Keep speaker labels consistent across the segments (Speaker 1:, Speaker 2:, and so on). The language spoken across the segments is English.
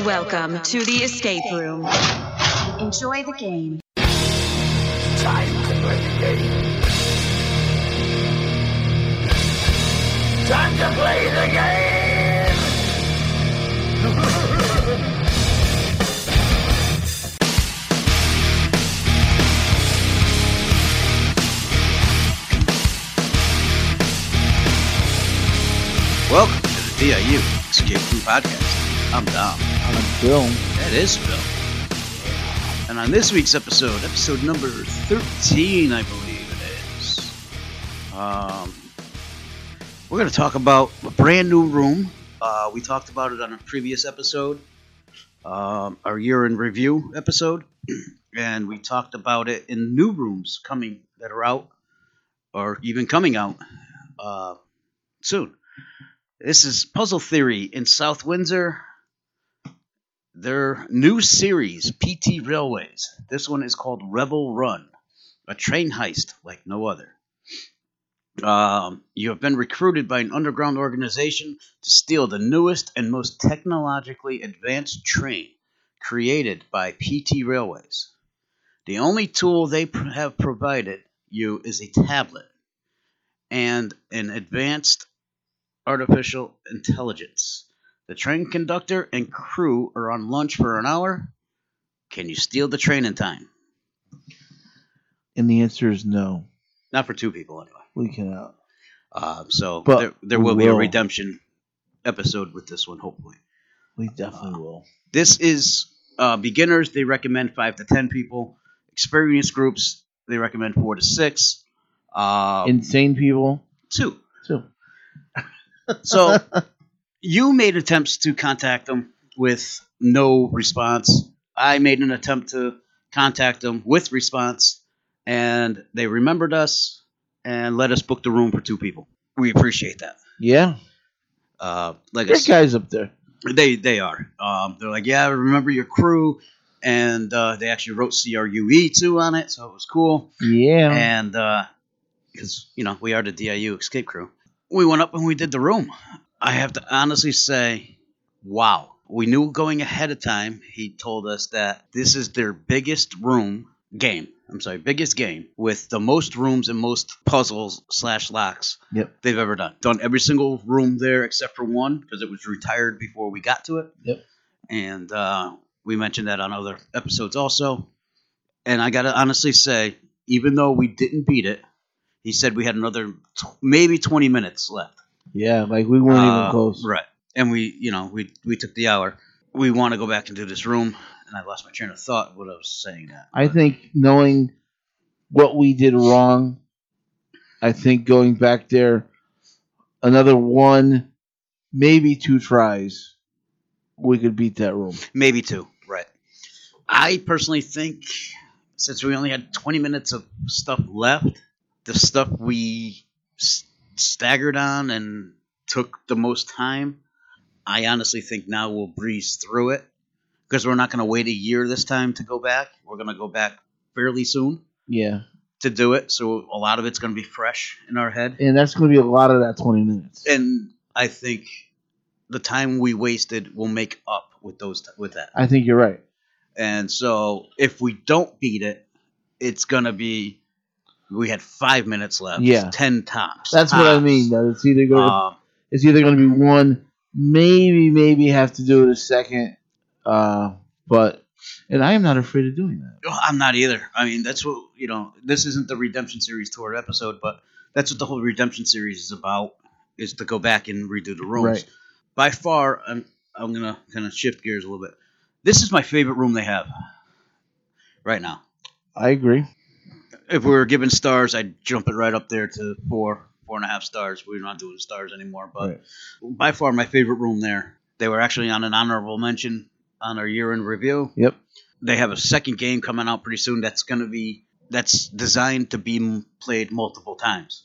Speaker 1: Welcome to the escape room. Enjoy the game.
Speaker 2: Time to play the game. Time to play the game.
Speaker 3: Welcome to the DIU Escape Room Podcast. er- I'm Dom. That is Phil. er And on this week's episode, episode number 13, I believe it is, um, we're going to talk about a brand new room. Uh, we talked about it on a previous episode, um, our year in review episode. And we talked about it in new rooms coming that are out or even coming out uh, soon. This is Puzzle Theory in South Windsor. Their new series, PT Railways. This one is called Rebel Run, a train heist like no other. Um, you have been recruited by an underground organization to steal the newest and most technologically advanced train created by PT Railways. The only tool they pr- have provided you is a tablet and an advanced artificial intelligence. The train conductor and crew are on lunch for an hour. Can you steal the train in time?
Speaker 4: And the answer is no.
Speaker 3: Not for two people, anyway.
Speaker 4: We cannot.
Speaker 3: Uh, so
Speaker 4: But
Speaker 3: there, there
Speaker 4: we
Speaker 3: will be a
Speaker 4: will.
Speaker 3: redemption episode with this one, hopefully.
Speaker 4: We definitely will.
Speaker 3: This is uh, beginners. They recommend five to ten people. Experienced groups they recommend four to six. Uh,
Speaker 4: Insane people.
Speaker 3: two.
Speaker 4: too.
Speaker 3: So you made attempts to contact them with no response. I made an attempt to contact them with response, and they remembered us and let us book the room for two people. We appreciate that.
Speaker 4: Yeah.
Speaker 3: Uh, like I
Speaker 4: Great
Speaker 3: said,
Speaker 4: guys up there.
Speaker 3: they they are. Um, they're like, yeah, I remember your crew, and uh, they actually wrote CRUE too E on it, so it was cool
Speaker 4: Yeah.
Speaker 3: and because you know we are the DIU escape crew, we went up and we did the room. I have to honestly say, wow, we knew going ahead of time. He told us that this is their biggest room game. I'm sorry, biggest game with the most rooms and most puzzles slash locks
Speaker 4: Yep.
Speaker 3: they've ever done. Done every single room there except for one because it was retired before we got to it.
Speaker 4: Yep.
Speaker 3: And uh, we mentioned that on other episodes also. And I gotta honestly say, even though we didn't beat it, he said we had another t- maybe 20 minutes left.
Speaker 4: Yeah. Like we weren't
Speaker 3: Uh,
Speaker 4: even close.
Speaker 3: Right. And we, you know, we we took the hour. We want to go back into this room, and I lost my train of thought when I was saying that.
Speaker 4: I think knowing what we did wrong, I think going back there, another one, maybe two tries, we could beat that room.
Speaker 3: Maybe two. Right. I personally think since we only had 20 minutes of stuff left, the stuff we s- staggered on and took the most time, I honestly think now we'll breeze through it because we're not going to wait a year this time to go back. We're going to go back fairly soon
Speaker 4: Yeah.
Speaker 3: to do it. So a lot of it's going to be fresh in our head
Speaker 4: And that's going to be a lot of that 20 minutes.
Speaker 3: and I think the time we wasted will make up with those with that.
Speaker 4: I think you're right.
Speaker 3: And so if we don't beat it, it's gonna be we had five minutes left.
Speaker 4: Yeah.
Speaker 3: ten tops.
Speaker 4: That's what I
Speaker 3: tops.
Speaker 4: mean, though. It's either going to
Speaker 3: Um,
Speaker 4: it's either going to be one, maybe, maybe have to do it a second. Uh, but, and I am not afraid of doing that.
Speaker 3: I'm not either. I mean, that's what you know. This isn't the Redemption Series tour episode, but that's what the whole Redemption Series is about: is to go back and redo the rooms.
Speaker 4: Right.
Speaker 3: By far, I'm I'm gonna kind of shift gears a little bit. This is my favorite room they have right now.
Speaker 4: I agree.
Speaker 3: if we were given stars, I'd jump it right up there to four, four and a half stars. We're not doing stars anymore, but
Speaker 4: Right.
Speaker 3: by far my favorite room there. They were actually on an honorable mention on our year in review.
Speaker 4: Yep.
Speaker 3: They have a second game coming out pretty soon. That's going to be that's designed to be m- played multiple times,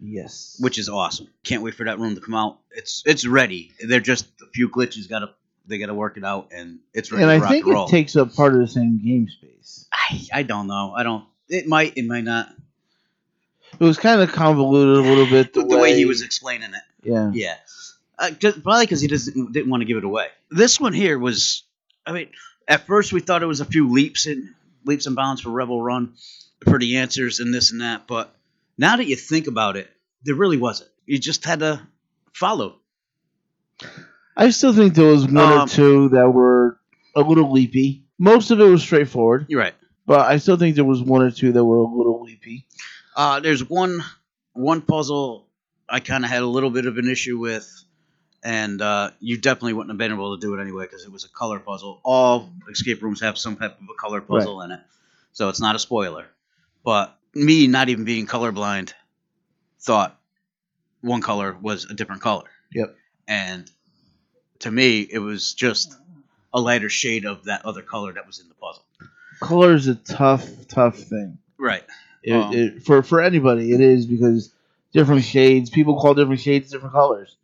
Speaker 4: Yes.
Speaker 3: which is awesome. Can't wait for that room to come out. It's it's ready. They're just a few glitches. Got to they got to work it out, and it's ready.
Speaker 4: and
Speaker 3: to
Speaker 4: I
Speaker 3: rock
Speaker 4: think
Speaker 3: and roll.
Speaker 4: it takes up part of the same game space.
Speaker 3: I, I don't know. I don't. It might. It might not.
Speaker 4: It was kind of convoluted a little bit the,
Speaker 3: The, way he was explaining it.
Speaker 4: Yeah.
Speaker 3: Yeah, uh, just, probably because he doesn't didn't want to give it away. This one here was I mean, at first we thought it was a few leaps and leaps and bounds for Rebel Run for the answers and this and that, but now that you think about it, there really wasn't. You just had to follow.
Speaker 4: I still think there was one or
Speaker 3: Um,
Speaker 4: two that were a little leapy. Most of it was straightforward,
Speaker 3: You're right.
Speaker 4: but I still think there was one or two that were a little leapy.
Speaker 3: Uh, there's one one puzzle I kind of had a little bit of an issue with, and uh, you definitely wouldn't have been able to do it anyway because it was a color puzzle. All escape rooms have some type of a color puzzle in it, so it's not a spoiler. But me not even being colorblind, thought one color was a different color.
Speaker 4: Yep.
Speaker 3: And to me, it was just a lighter shade of that other color that was in the puzzle.
Speaker 4: Color is a tough, tough thing.
Speaker 3: Right.
Speaker 4: It,
Speaker 3: Um,
Speaker 4: it, for for anybody, it is because different shades. People call different shades different colors,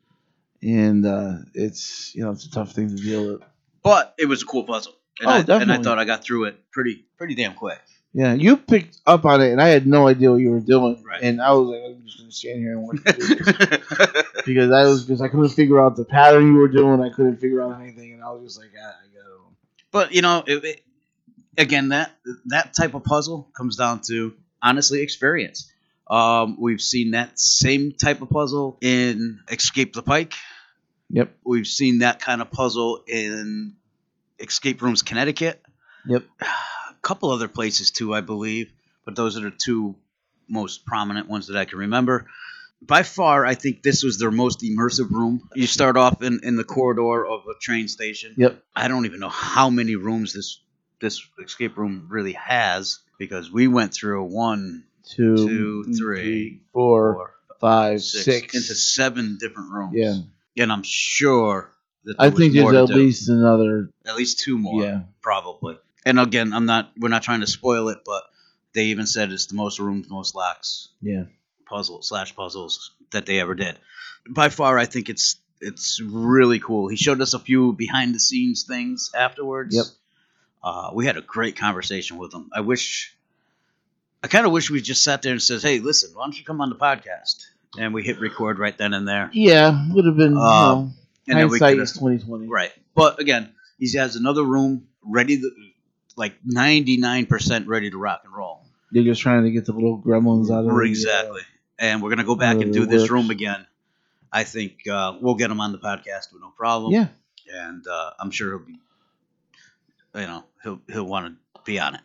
Speaker 4: and uh, it's you know it's a tough thing to deal with.
Speaker 3: But it was a cool puzzle. And
Speaker 4: Oh,
Speaker 3: I, And I
Speaker 4: definitely.
Speaker 3: thought I got through it pretty pretty damn quick.
Speaker 4: Yeah, you picked up on it, and I had no idea what you were doing.
Speaker 3: Right.
Speaker 4: And I was like, I'm just gonna stand here and watch you do this. because I was because I couldn't figure out the pattern you were doing. I couldn't figure out anything, and I was just like, ah, I got it.
Speaker 3: but you know, it, it, again, that that type of puzzle comes down to honestly experience. Um, we've seen that same type of puzzle in Escape the Pike.
Speaker 4: Yep.
Speaker 3: We've seen that kind of puzzle in Escape Rooms Connecticut.
Speaker 4: Yep.
Speaker 3: A couple other places too, I believe, but those are the two most prominent ones that I can remember. By far, I think this was their most immersive room. You start off in, in the corridor of a train station.
Speaker 4: Yep.
Speaker 3: I don't even know how many rooms this this escape room really has because we went through one,
Speaker 4: Two,
Speaker 3: Two, three,
Speaker 4: four,
Speaker 3: four,
Speaker 4: five,
Speaker 3: six,
Speaker 4: six.
Speaker 3: into seven different rooms.
Speaker 4: Yeah,
Speaker 3: and I'm sure that there
Speaker 4: I
Speaker 3: was
Speaker 4: think
Speaker 3: more
Speaker 4: there's
Speaker 3: to
Speaker 4: at
Speaker 3: do.
Speaker 4: least another.
Speaker 3: at least two more.
Speaker 4: Yeah.
Speaker 3: probably. And again, I'm not we're not trying to spoil it, but they even said it's the most rooms, most locks
Speaker 4: Yeah.
Speaker 3: puzzle slash puzzles that they ever did. By far, I think it's it's really cool. He showed us a few behind the scenes things afterwards.
Speaker 4: Yep.
Speaker 3: Uh, we had a great conversation with him. I wish, I kind of wish we just sat there and says, "Hey, listen, why don't you come on the podcast?" And we hit record right then and there,
Speaker 4: Yeah, would have been.
Speaker 3: Um,
Speaker 4: you know,
Speaker 3: and then we
Speaker 4: hindsight
Speaker 3: coulda-
Speaker 4: is twenty twenty.
Speaker 3: right. But again, he has another room ready, to, like ninety nine percent ready to rock and roll.
Speaker 4: They're just trying to get the little gremlins out of the, uh,
Speaker 3: Exactly. And we're gonna go back and do
Speaker 4: It
Speaker 3: this
Speaker 4: works.
Speaker 3: room again. I think uh, we'll get him on the podcast with no problem.
Speaker 4: Yeah,
Speaker 3: And uh, I'm sure he'll be, you know, he'll he'll want to be on it.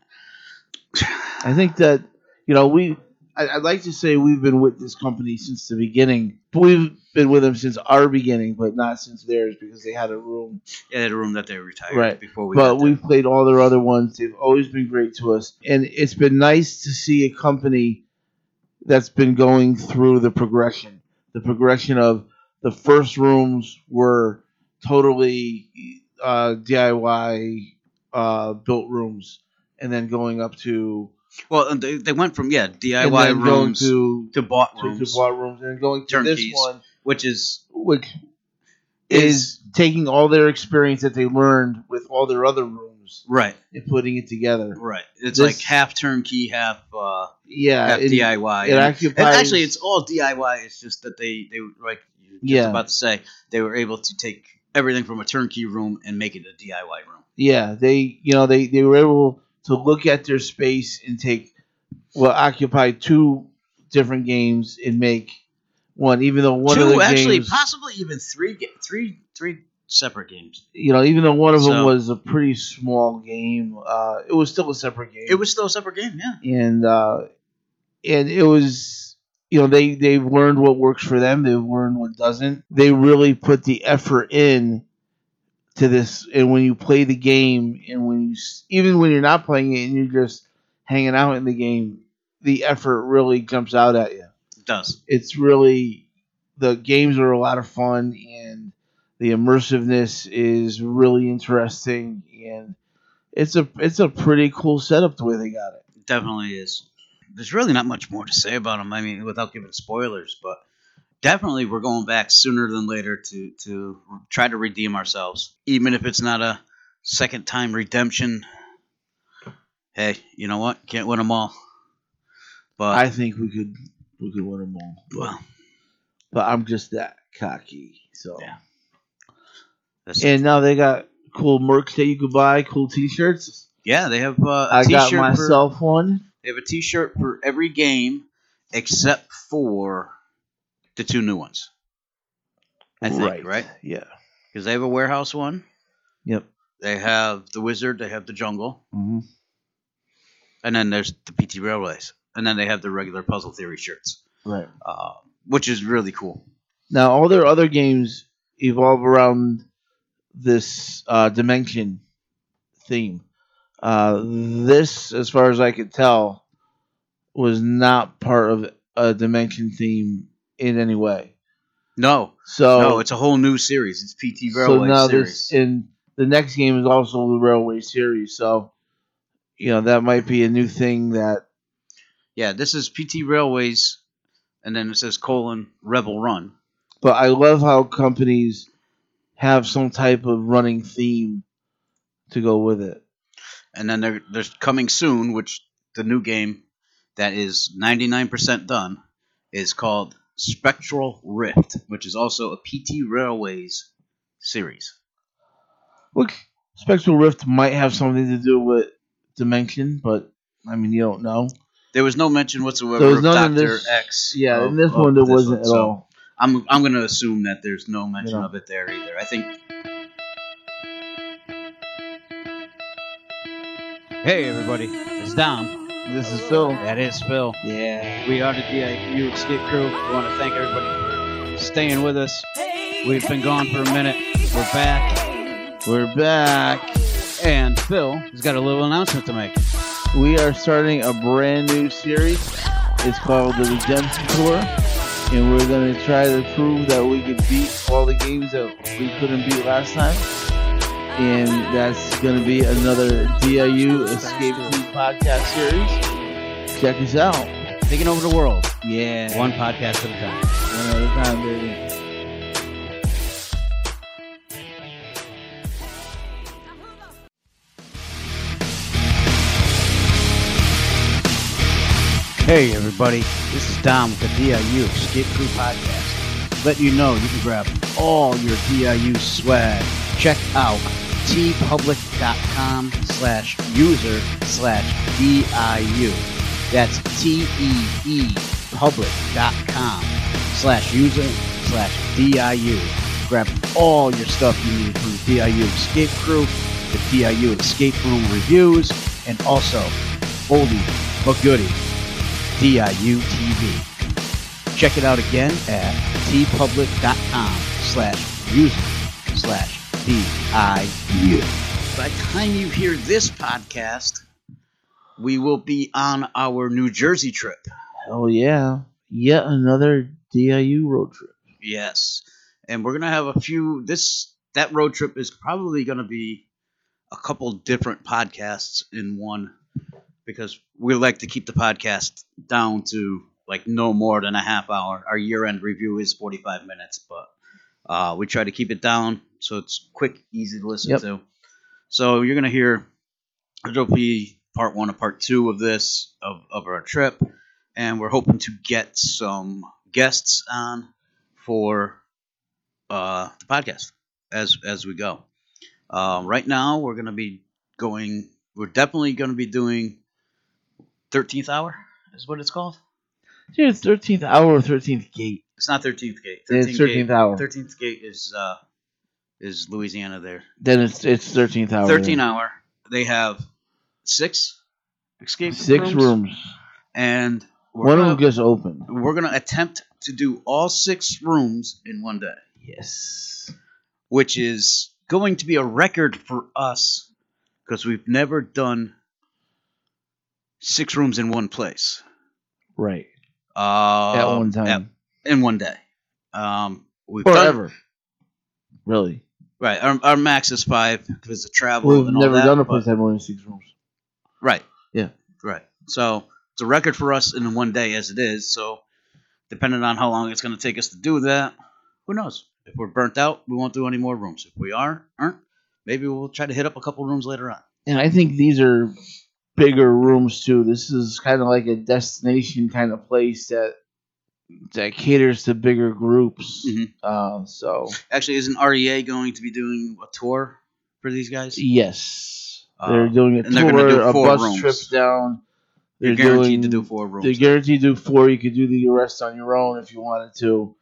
Speaker 4: I think that you know we. I, I'd like to say we've been with this company since the beginning. But we've been with them since our beginning, but not since theirs because they had a room
Speaker 3: They had a room that they retired
Speaker 4: Right.
Speaker 3: before we.
Speaker 4: but
Speaker 3: got
Speaker 4: we've played all their other ones. They've always been great to us, and it's been nice to see a company that's been going through the progression. The progression of the first rooms were totally uh, DIY uh, built rooms, and then going up to
Speaker 3: there. well, and they, they went from yeah
Speaker 4: and
Speaker 3: DIY
Speaker 4: then going
Speaker 3: rooms to,
Speaker 4: to
Speaker 3: bought
Speaker 4: to,
Speaker 3: rooms,
Speaker 4: to bought rooms, and then going to
Speaker 3: Turnkeys.
Speaker 4: this one,
Speaker 3: which is
Speaker 4: which
Speaker 3: Is-
Speaker 4: is taking all their experience that they learned with all their other rooms
Speaker 3: right,
Speaker 4: and putting it together.
Speaker 3: right. It's
Speaker 4: This-
Speaker 3: like half turnkey, half uh,
Speaker 4: Yeah,
Speaker 3: half
Speaker 4: it-
Speaker 3: DIY.
Speaker 4: it
Speaker 3: And-
Speaker 4: occupies.
Speaker 3: And actually, it's all DIY. It's just that they they were, like you were just
Speaker 4: Yeah.
Speaker 3: about to say they were able to take everything from a turnkey room and make it a DIY room.
Speaker 4: yeah. They you know they they were able to look at their space and take well occupy two different games and make one. Even though one of
Speaker 3: Two,
Speaker 4: the
Speaker 3: actually,
Speaker 4: games,
Speaker 3: possibly even three, ga- three, three separate games.
Speaker 4: you know, even though one of
Speaker 3: So-
Speaker 4: them was a pretty small game, uh, it was still a separate game.
Speaker 3: It was still a separate game, yeah.
Speaker 4: and uh, and it was you know they they've learned what works for them they've learned what doesn't they really put the effort in to this and when you play the game and when you s- even when you're not playing it and you're just hanging out in the game the effort really jumps out at you
Speaker 3: It does.
Speaker 4: it's really the games are a lot of fun and the immersiveness is really interesting and it's a it's a pretty cool setup the way they got it
Speaker 3: It definitely is. There's really not much more to say about them. I mean, without giving spoilers, but definitely we're going back sooner than later to to try to redeem ourselves, even if it's not a second time redemption. Hey, you know what? Can't win them all. But
Speaker 4: I think we could we could win them all.
Speaker 3: well,
Speaker 4: But I'm just that cocky. So
Speaker 3: Yeah. that's,
Speaker 4: and now they got cool merch that you could buy, cool T-shirts.
Speaker 3: Yeah, they have uh, a
Speaker 4: I got
Speaker 3: shirt
Speaker 4: myself one.
Speaker 3: they have a T-shirt for every game except for the two new ones. I think, right?
Speaker 4: Yeah.
Speaker 3: Because they have a warehouse one.
Speaker 4: Yep.
Speaker 3: They have the Wizard. They have the Jungle,
Speaker 4: hmm
Speaker 3: and then there's the PT Railways, and then they have the regular Puzzle Theory shirts,
Speaker 4: Right.
Speaker 3: uh, which is really cool.
Speaker 4: Now all their other games evolve around this uh, dimension theme. Uh, this, as far as I could tell, was not part of a dimension theme in any way.
Speaker 3: No,
Speaker 4: So
Speaker 3: no, it's a whole new series. It's PT
Speaker 4: Oh. so
Speaker 3: Railway
Speaker 4: now
Speaker 3: series.
Speaker 4: this and the next game is also the railway series. So you know that might be a new thing that
Speaker 3: yeah, this is PT Railways, and then it says colon Rebel Run.
Speaker 4: but I love how companies have some type of running theme to go with it.
Speaker 3: and then there, there's coming soon, which the new game that is 99% done is called Spectral Rift, which is also a PT Railways series.
Speaker 4: Look, Spectral Rift might have something to do with Dimension, but I mean you don't know.
Speaker 3: There was no mention whatsoever
Speaker 4: There was
Speaker 3: of
Speaker 4: none in
Speaker 3: Doctor
Speaker 4: this-
Speaker 3: X.
Speaker 4: Yeah,
Speaker 3: of-
Speaker 4: in this
Speaker 3: of
Speaker 4: one there wasn't
Speaker 3: one,
Speaker 4: at
Speaker 3: so
Speaker 4: all.
Speaker 3: I'm I'm gonna assume that there's no mention
Speaker 4: Yeah.
Speaker 3: of it there either. I think
Speaker 5: Hey everybody, it's Dom.
Speaker 4: This is Phil.
Speaker 5: That is Phil.
Speaker 4: Yeah.
Speaker 5: We are the DIU Escape Crew. We want to thank everybody for staying with us. We've been gone for a minute. We're back,
Speaker 4: We're back.
Speaker 5: and Phil has got a little announcement to make.
Speaker 4: We are starting a brand new series. It's called the Redemption Tour, and we're going to try to prove that we can beat all the games that we couldn't beat last time. And that's going to be another DIU Escape Room podcast series. Check us out.
Speaker 5: Taking over the world,
Speaker 4: Yeah.
Speaker 5: one podcast at a time.
Speaker 4: One at a time, baby.
Speaker 5: Hey everybody, this is Dom with the DIU Escape Crew Podcast. Let you know you can grab all your DIU swag. Check out tpublic.com slash user slash DIU. That's E T-E-E public.com slash user slash DIU. Grab all your stuff you need from the DIU Escape Crew, the DIU Escape Room reviews, and also oldie but goodie. DIU TV. Check it out again at tpublic.com slash user slash DIU.
Speaker 3: by the time you hear this podcast, we will be on our New Jersey trip.
Speaker 4: Oh, yeah. Yet another DIU road trip.
Speaker 3: Yes. And we're going to have a few this that road trip is probably going to be a couple different podcasts in one because we like to keep the podcast down to like no more than a half hour. Our year-end review is 45 minutes, but uh, we try to keep it down so it's quick, easy to listen
Speaker 4: Yep.
Speaker 3: to. So you're going to hear there'll be part 1 and part 2 of this of of our trip and we're hoping to get some guests on for uh, the podcast as as we go. Um, right now, we're gonna be going. We're definitely gonna be doing thirteenth hour is what it's called.
Speaker 4: Dude, 13th hour, 13th gate.
Speaker 3: It's not thirteenth gate.
Speaker 4: It's 13th hour.
Speaker 3: Thirteenth gate is uh, is Louisiana there.
Speaker 4: Then it's, it's 13th hour.
Speaker 3: Thirteen hour. They have six escape
Speaker 4: Six rooms.
Speaker 3: and we're
Speaker 4: One of
Speaker 3: gonna,
Speaker 4: them gets open.
Speaker 3: we're gonna attempt to do all six rooms in one day.
Speaker 4: Yes.
Speaker 3: which is going to be a record for us because we've never done six rooms in one place
Speaker 4: Right.
Speaker 3: uh,
Speaker 4: at one time.
Speaker 3: in one day. Um, we've done-
Speaker 4: Forever. really.
Speaker 3: right. Our, our max is five because of travel.
Speaker 4: We've
Speaker 3: and all
Speaker 4: never
Speaker 3: that,
Speaker 4: done a
Speaker 3: but-
Speaker 4: place that had more than six rooms.
Speaker 3: Right.
Speaker 4: Yeah.
Speaker 3: Right. So it's a record for us in one day as it is. So depending on how long it's going to take us to do that, who knows? If we're burnt out, we won't do any more rooms. If we are, aren't, maybe we'll try to hit up a couple rooms later on.
Speaker 4: And I think these are bigger rooms too. This is kind of like a destination kind of place that that caters to bigger groups.
Speaker 3: Mhm.
Speaker 4: Uh, so
Speaker 3: E Actually, isn't REA going to be doing a tour for these guys?
Speaker 4: Yes,
Speaker 3: Uh,
Speaker 4: they're doing a
Speaker 3: and they're gonna
Speaker 4: tour,
Speaker 3: do
Speaker 4: a
Speaker 3: four
Speaker 4: bus
Speaker 3: rooms.
Speaker 4: trip down.
Speaker 3: They're, guaranteed to do four rooms.
Speaker 4: They're guaranteed to do four. You could do the rest on your own if you wanted to.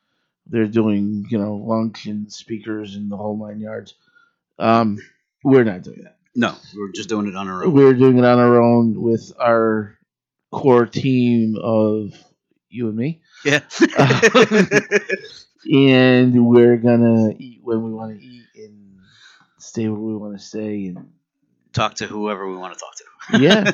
Speaker 4: They're doing, you know, lunch and speakers and the whole nine yards. Um, we're not doing that.
Speaker 3: no, we're just doing it on our own.
Speaker 4: We're doing it on our own with our core team of you and me,
Speaker 3: Yeah.
Speaker 4: and we're gonna eat when we want to eat and stay where we want to stay and
Speaker 3: talk to whoever we want to talk to.
Speaker 4: yeah.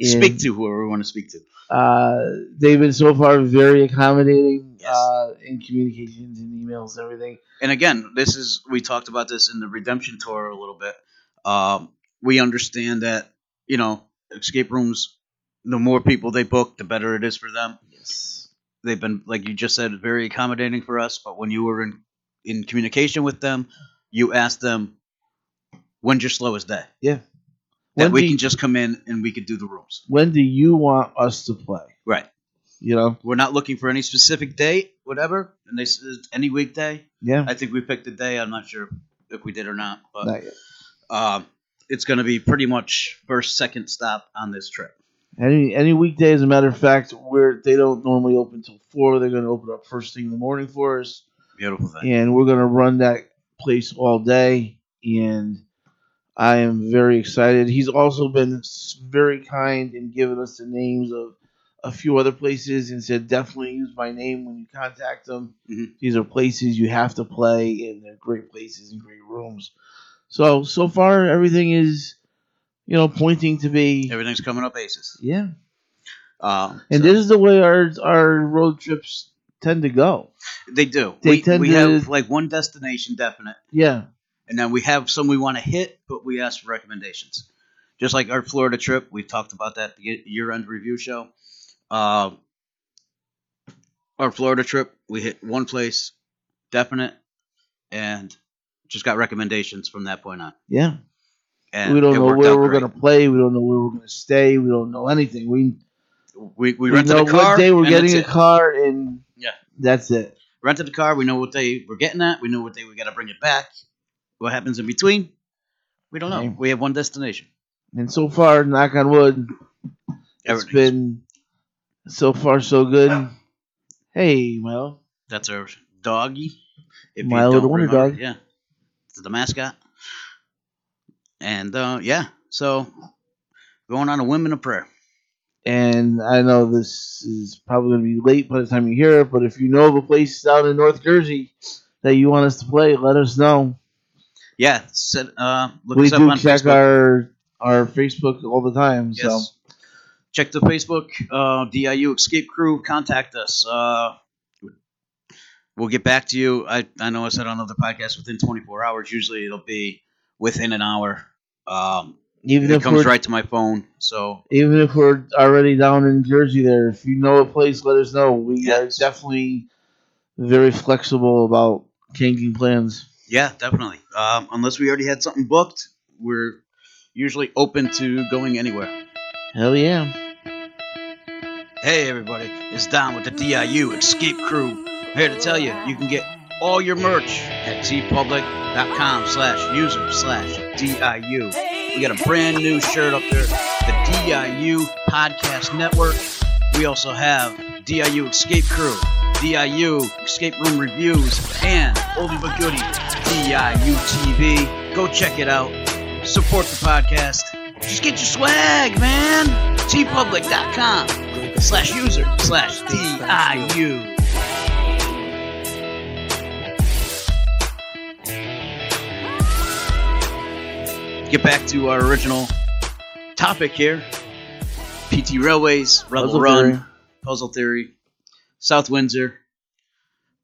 Speaker 3: Speak
Speaker 4: And-
Speaker 3: to whoever we want to speak to.
Speaker 4: Uh, they've been so far very accommodating
Speaker 3: Yes.
Speaker 4: uh, in communications and emails and everything.
Speaker 3: and again, this is we talked about this in the redemption tour a little bit. Um, we understand that you know escape rooms. The more people they book, the better it is for them.
Speaker 4: Yes.
Speaker 3: They've been, like you just said, very accommodating for us. But when you were in in communication with them, you asked them, "When's your slowest day?"
Speaker 4: Yeah. When
Speaker 3: That we
Speaker 4: do
Speaker 3: can
Speaker 4: you-
Speaker 3: just come in and we could do the rooms.
Speaker 4: When do you want us to play?
Speaker 3: Right.
Speaker 4: You know?
Speaker 3: We're not looking for any specific date, whatever. And they said any weekday.
Speaker 4: Yeah.
Speaker 3: I think we picked a day. I'm not sure if we did or not, but
Speaker 4: Not yet.
Speaker 3: Um, it's going to be pretty much first, second stop on this trip.
Speaker 4: Any any weekday, as a matter of fact, where they don't normally open till four, they're going to open up first thing in the morning for us,
Speaker 3: Beautiful thing.
Speaker 4: and we're going to run that place all day. And I am very excited. He's also been s- very kind and given us the names of a few other places and said definitely use my name when you contact them.
Speaker 3: Mhm.
Speaker 4: These are places you have to play, and they're great places and great rooms. So so far, everything is, you know, pointing to be.
Speaker 3: Everything's coming up aces.
Speaker 4: yeah.
Speaker 3: Um,
Speaker 4: And
Speaker 3: so
Speaker 4: this is the way our our road trips tend to go.
Speaker 3: they do.
Speaker 4: they
Speaker 3: we
Speaker 4: tend
Speaker 3: we
Speaker 4: to-
Speaker 3: have like one destination definite,
Speaker 4: Yeah,
Speaker 3: and then we have some we want to hit, but we ask for recommendations. Just like our Florida trip, we talked about that at the year end review show. Uh, our Florida trip, we hit one place definite, and just got recommendations from that point on.
Speaker 4: yeah.
Speaker 3: And
Speaker 4: we don't
Speaker 3: it
Speaker 4: know
Speaker 3: worked
Speaker 4: where
Speaker 3: out
Speaker 4: we're
Speaker 3: great.
Speaker 4: gonna play. We don't know where we're gonna stay. We don't know anything. We
Speaker 3: We,
Speaker 4: we,
Speaker 3: we rented
Speaker 4: know
Speaker 3: a car.
Speaker 4: what day we're
Speaker 3: and that's
Speaker 4: getting a
Speaker 3: it.
Speaker 4: car, and
Speaker 3: Yeah.
Speaker 4: that's it.
Speaker 3: rented the car. We know what they were getting at. We know what they we got to bring it back. What happens in between? We don't know.
Speaker 4: Okay.
Speaker 3: We have one destination.
Speaker 4: And so far, knock on wood, it's
Speaker 3: Everything's-
Speaker 4: been so far so good. Hey, Milo,
Speaker 3: that's our doggy. If
Speaker 4: My little
Speaker 3: don't
Speaker 4: wonder
Speaker 3: remember,
Speaker 4: dog.
Speaker 3: Yeah, it's the mascot. And uh, yeah, so going on a women of prayer.
Speaker 4: and I know this is probably gonna be late by the time you hear it, but if you know of a place down in North Jersey that you want us to play, let us know.
Speaker 3: Yeah, set, uh, look
Speaker 4: we
Speaker 3: us up
Speaker 4: do
Speaker 3: on
Speaker 4: check
Speaker 3: Facebook.
Speaker 4: our our Facebook all the time. So
Speaker 3: Yes. Check the Facebook, uh, DIU Escape Crew. Contact us. Uh, we'll get back to you. I, I know I said on other podcasts within 24 hours. Usually it'll be within an hour. Um,
Speaker 4: even
Speaker 3: it
Speaker 4: if we're
Speaker 3: comes right to my phone. So
Speaker 4: even if we're already down in Jersey, there, if you know a place, let us know. We
Speaker 3: Yes.
Speaker 4: are definitely very flexible about changing plans.
Speaker 3: yeah, definitely. Um, unless we already had something booked, we're usually open to going anywhere.
Speaker 4: Hell yeah!
Speaker 3: Hey everybody, it's Don with the DIU Escape Crew. Here to tell you, you can get all your merch at tpublic.com slash user slash DIU. We got a brand new shirt up there, the DIU Podcast Network. We also have DIU Escape Crew, DIU Escape Room Reviews, and Oldie But Goodie, DIU TV. Go check it out. Support the podcast. Just get your swag, man. tpublic.com slash user slash DIU. Get back to our original topic here PT Railways, Rebel
Speaker 4: Puzzle
Speaker 3: Run,
Speaker 4: theory.
Speaker 3: Puzzle Theory, South Windsor,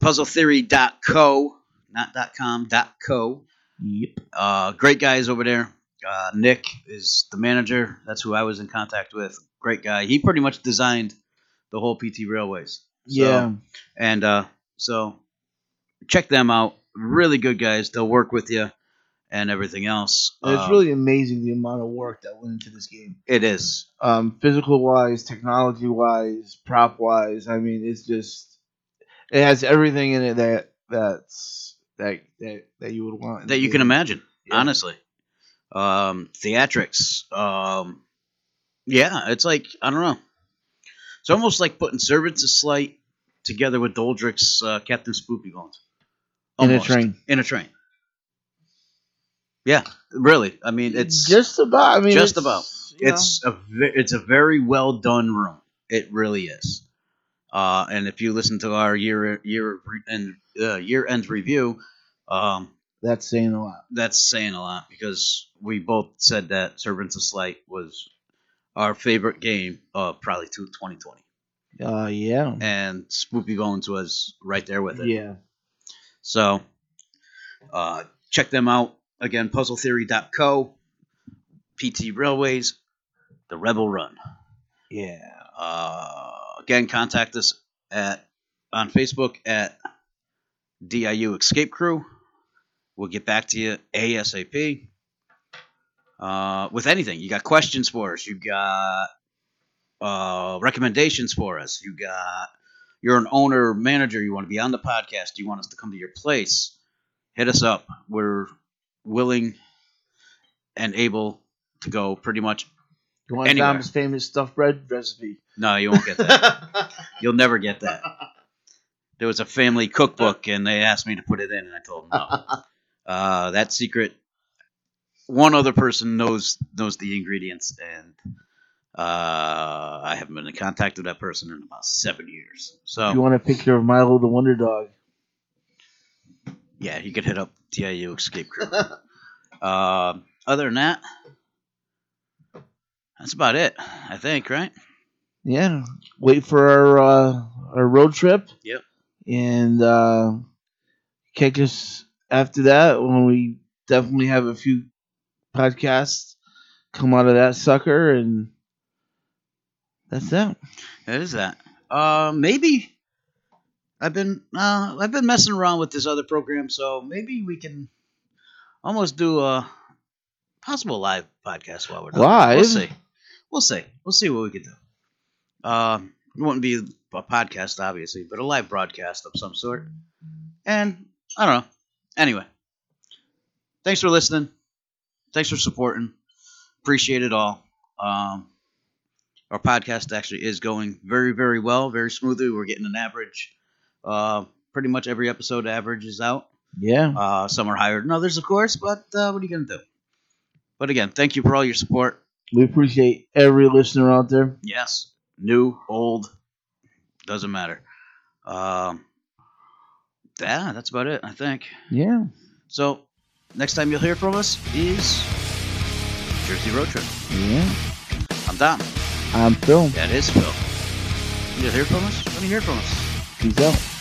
Speaker 3: puzzletheory.co, not dot .com, dot .co.
Speaker 4: Yep.
Speaker 3: Uh, great guys over there. Uh, Nick is the manager. That's who I was in contact with. Great guy. He pretty much designed the whole PT Railways. So-
Speaker 4: yeah.
Speaker 3: And uh, so check them out. Really good guys. They'll work with you and everything else.
Speaker 4: And
Speaker 3: Uh,
Speaker 4: it's really amazing the amount of work that went into this game,
Speaker 3: It is.
Speaker 4: um, physical wise, technology wise, prop wise. I mean, it's just it has everything in it that that's that that, that you would want in
Speaker 3: That
Speaker 4: the
Speaker 3: you can
Speaker 4: game.
Speaker 3: imagine,
Speaker 4: Yeah.
Speaker 3: honestly. um, theatrics. Um, yeah, it's like I don't know. It's almost like putting Servants of Slight together with Doldrick's uh, Captain Spoopy Bones.
Speaker 4: In a train.
Speaker 3: In a train. Yeah, really. I mean, it's just,
Speaker 4: just about. I mean, it's-
Speaker 3: about.
Speaker 4: you know.
Speaker 3: It's a ve- it's a very well done room. It really is. Uh, and if you listen to our year year re- end uh, year end review, um,
Speaker 4: that's saying a lot.
Speaker 3: that's saying a lot because we both said that Servants of Slight was our favorite game of probably two- 2020.
Speaker 4: Uh, yeah,
Speaker 3: And Spoopy Bones was right there with it.
Speaker 4: yeah.
Speaker 3: So uh, check them out. Again, puzzletheory.co, PT Railways, The Rebel Run.
Speaker 4: Yeah.
Speaker 3: Uh, again, contact us at on Facebook at DIU Escape Crew. We'll get back to you ASAP. Uh, with anything, you got questions for us, you got uh, recommendations for us, you got you're an owner, or manager, you want to be on the podcast, you want us to come to your place, hit us up. We're willing and able to go pretty much.
Speaker 4: You want
Speaker 3: Anywhere.
Speaker 4: Dom's famous stuffed bread recipe?
Speaker 3: No, you won't get that. You'll never get that. There was a family cookbook, and they asked me to put it in, and I told them no. Uh, that secret, one other person knows knows the ingredients, and uh, I haven't been in contact with that person in about seven years. So
Speaker 4: You want a picture of Milo the Wonder Dog?
Speaker 3: yeah, you could hit up TIU Escape Crew. Um other than that, that's about it. I think, right?
Speaker 4: Yeah. Wait for our uh, our road trip.
Speaker 3: Yep.
Speaker 4: And uh, catch us after that when we definitely have a few podcasts come out of that sucker, and that's that.
Speaker 3: That is that. Uh, maybe I've been uh, I've been messing around with this other program, so maybe we can almost do a possible live podcast while we're done. We'll
Speaker 4: Live?
Speaker 3: see. We'll see. We'll see what we can do. Um, it wouldn't be a podcast, obviously, but a live broadcast of some sort. And I don't know. Anyway, thanks for listening. Thanks for supporting. Appreciate it all. Um, our podcast actually is going very very well very smoothly we're getting an average uh, pretty much every episode average is out
Speaker 4: Yeah.
Speaker 3: uh, some are higher than others of course but uh, what are you going to do but again thank you for all your support
Speaker 4: We appreciate every listener out there.
Speaker 3: yes new old doesn't matter um, yeah that's about it i think
Speaker 4: Yeah.
Speaker 3: so next time you'll hear from us is jersey road trip
Speaker 4: Yeah.
Speaker 3: i'm don
Speaker 4: I'm Phil.
Speaker 3: that is phil you'll hear from us when you hear from us
Speaker 4: Peace out.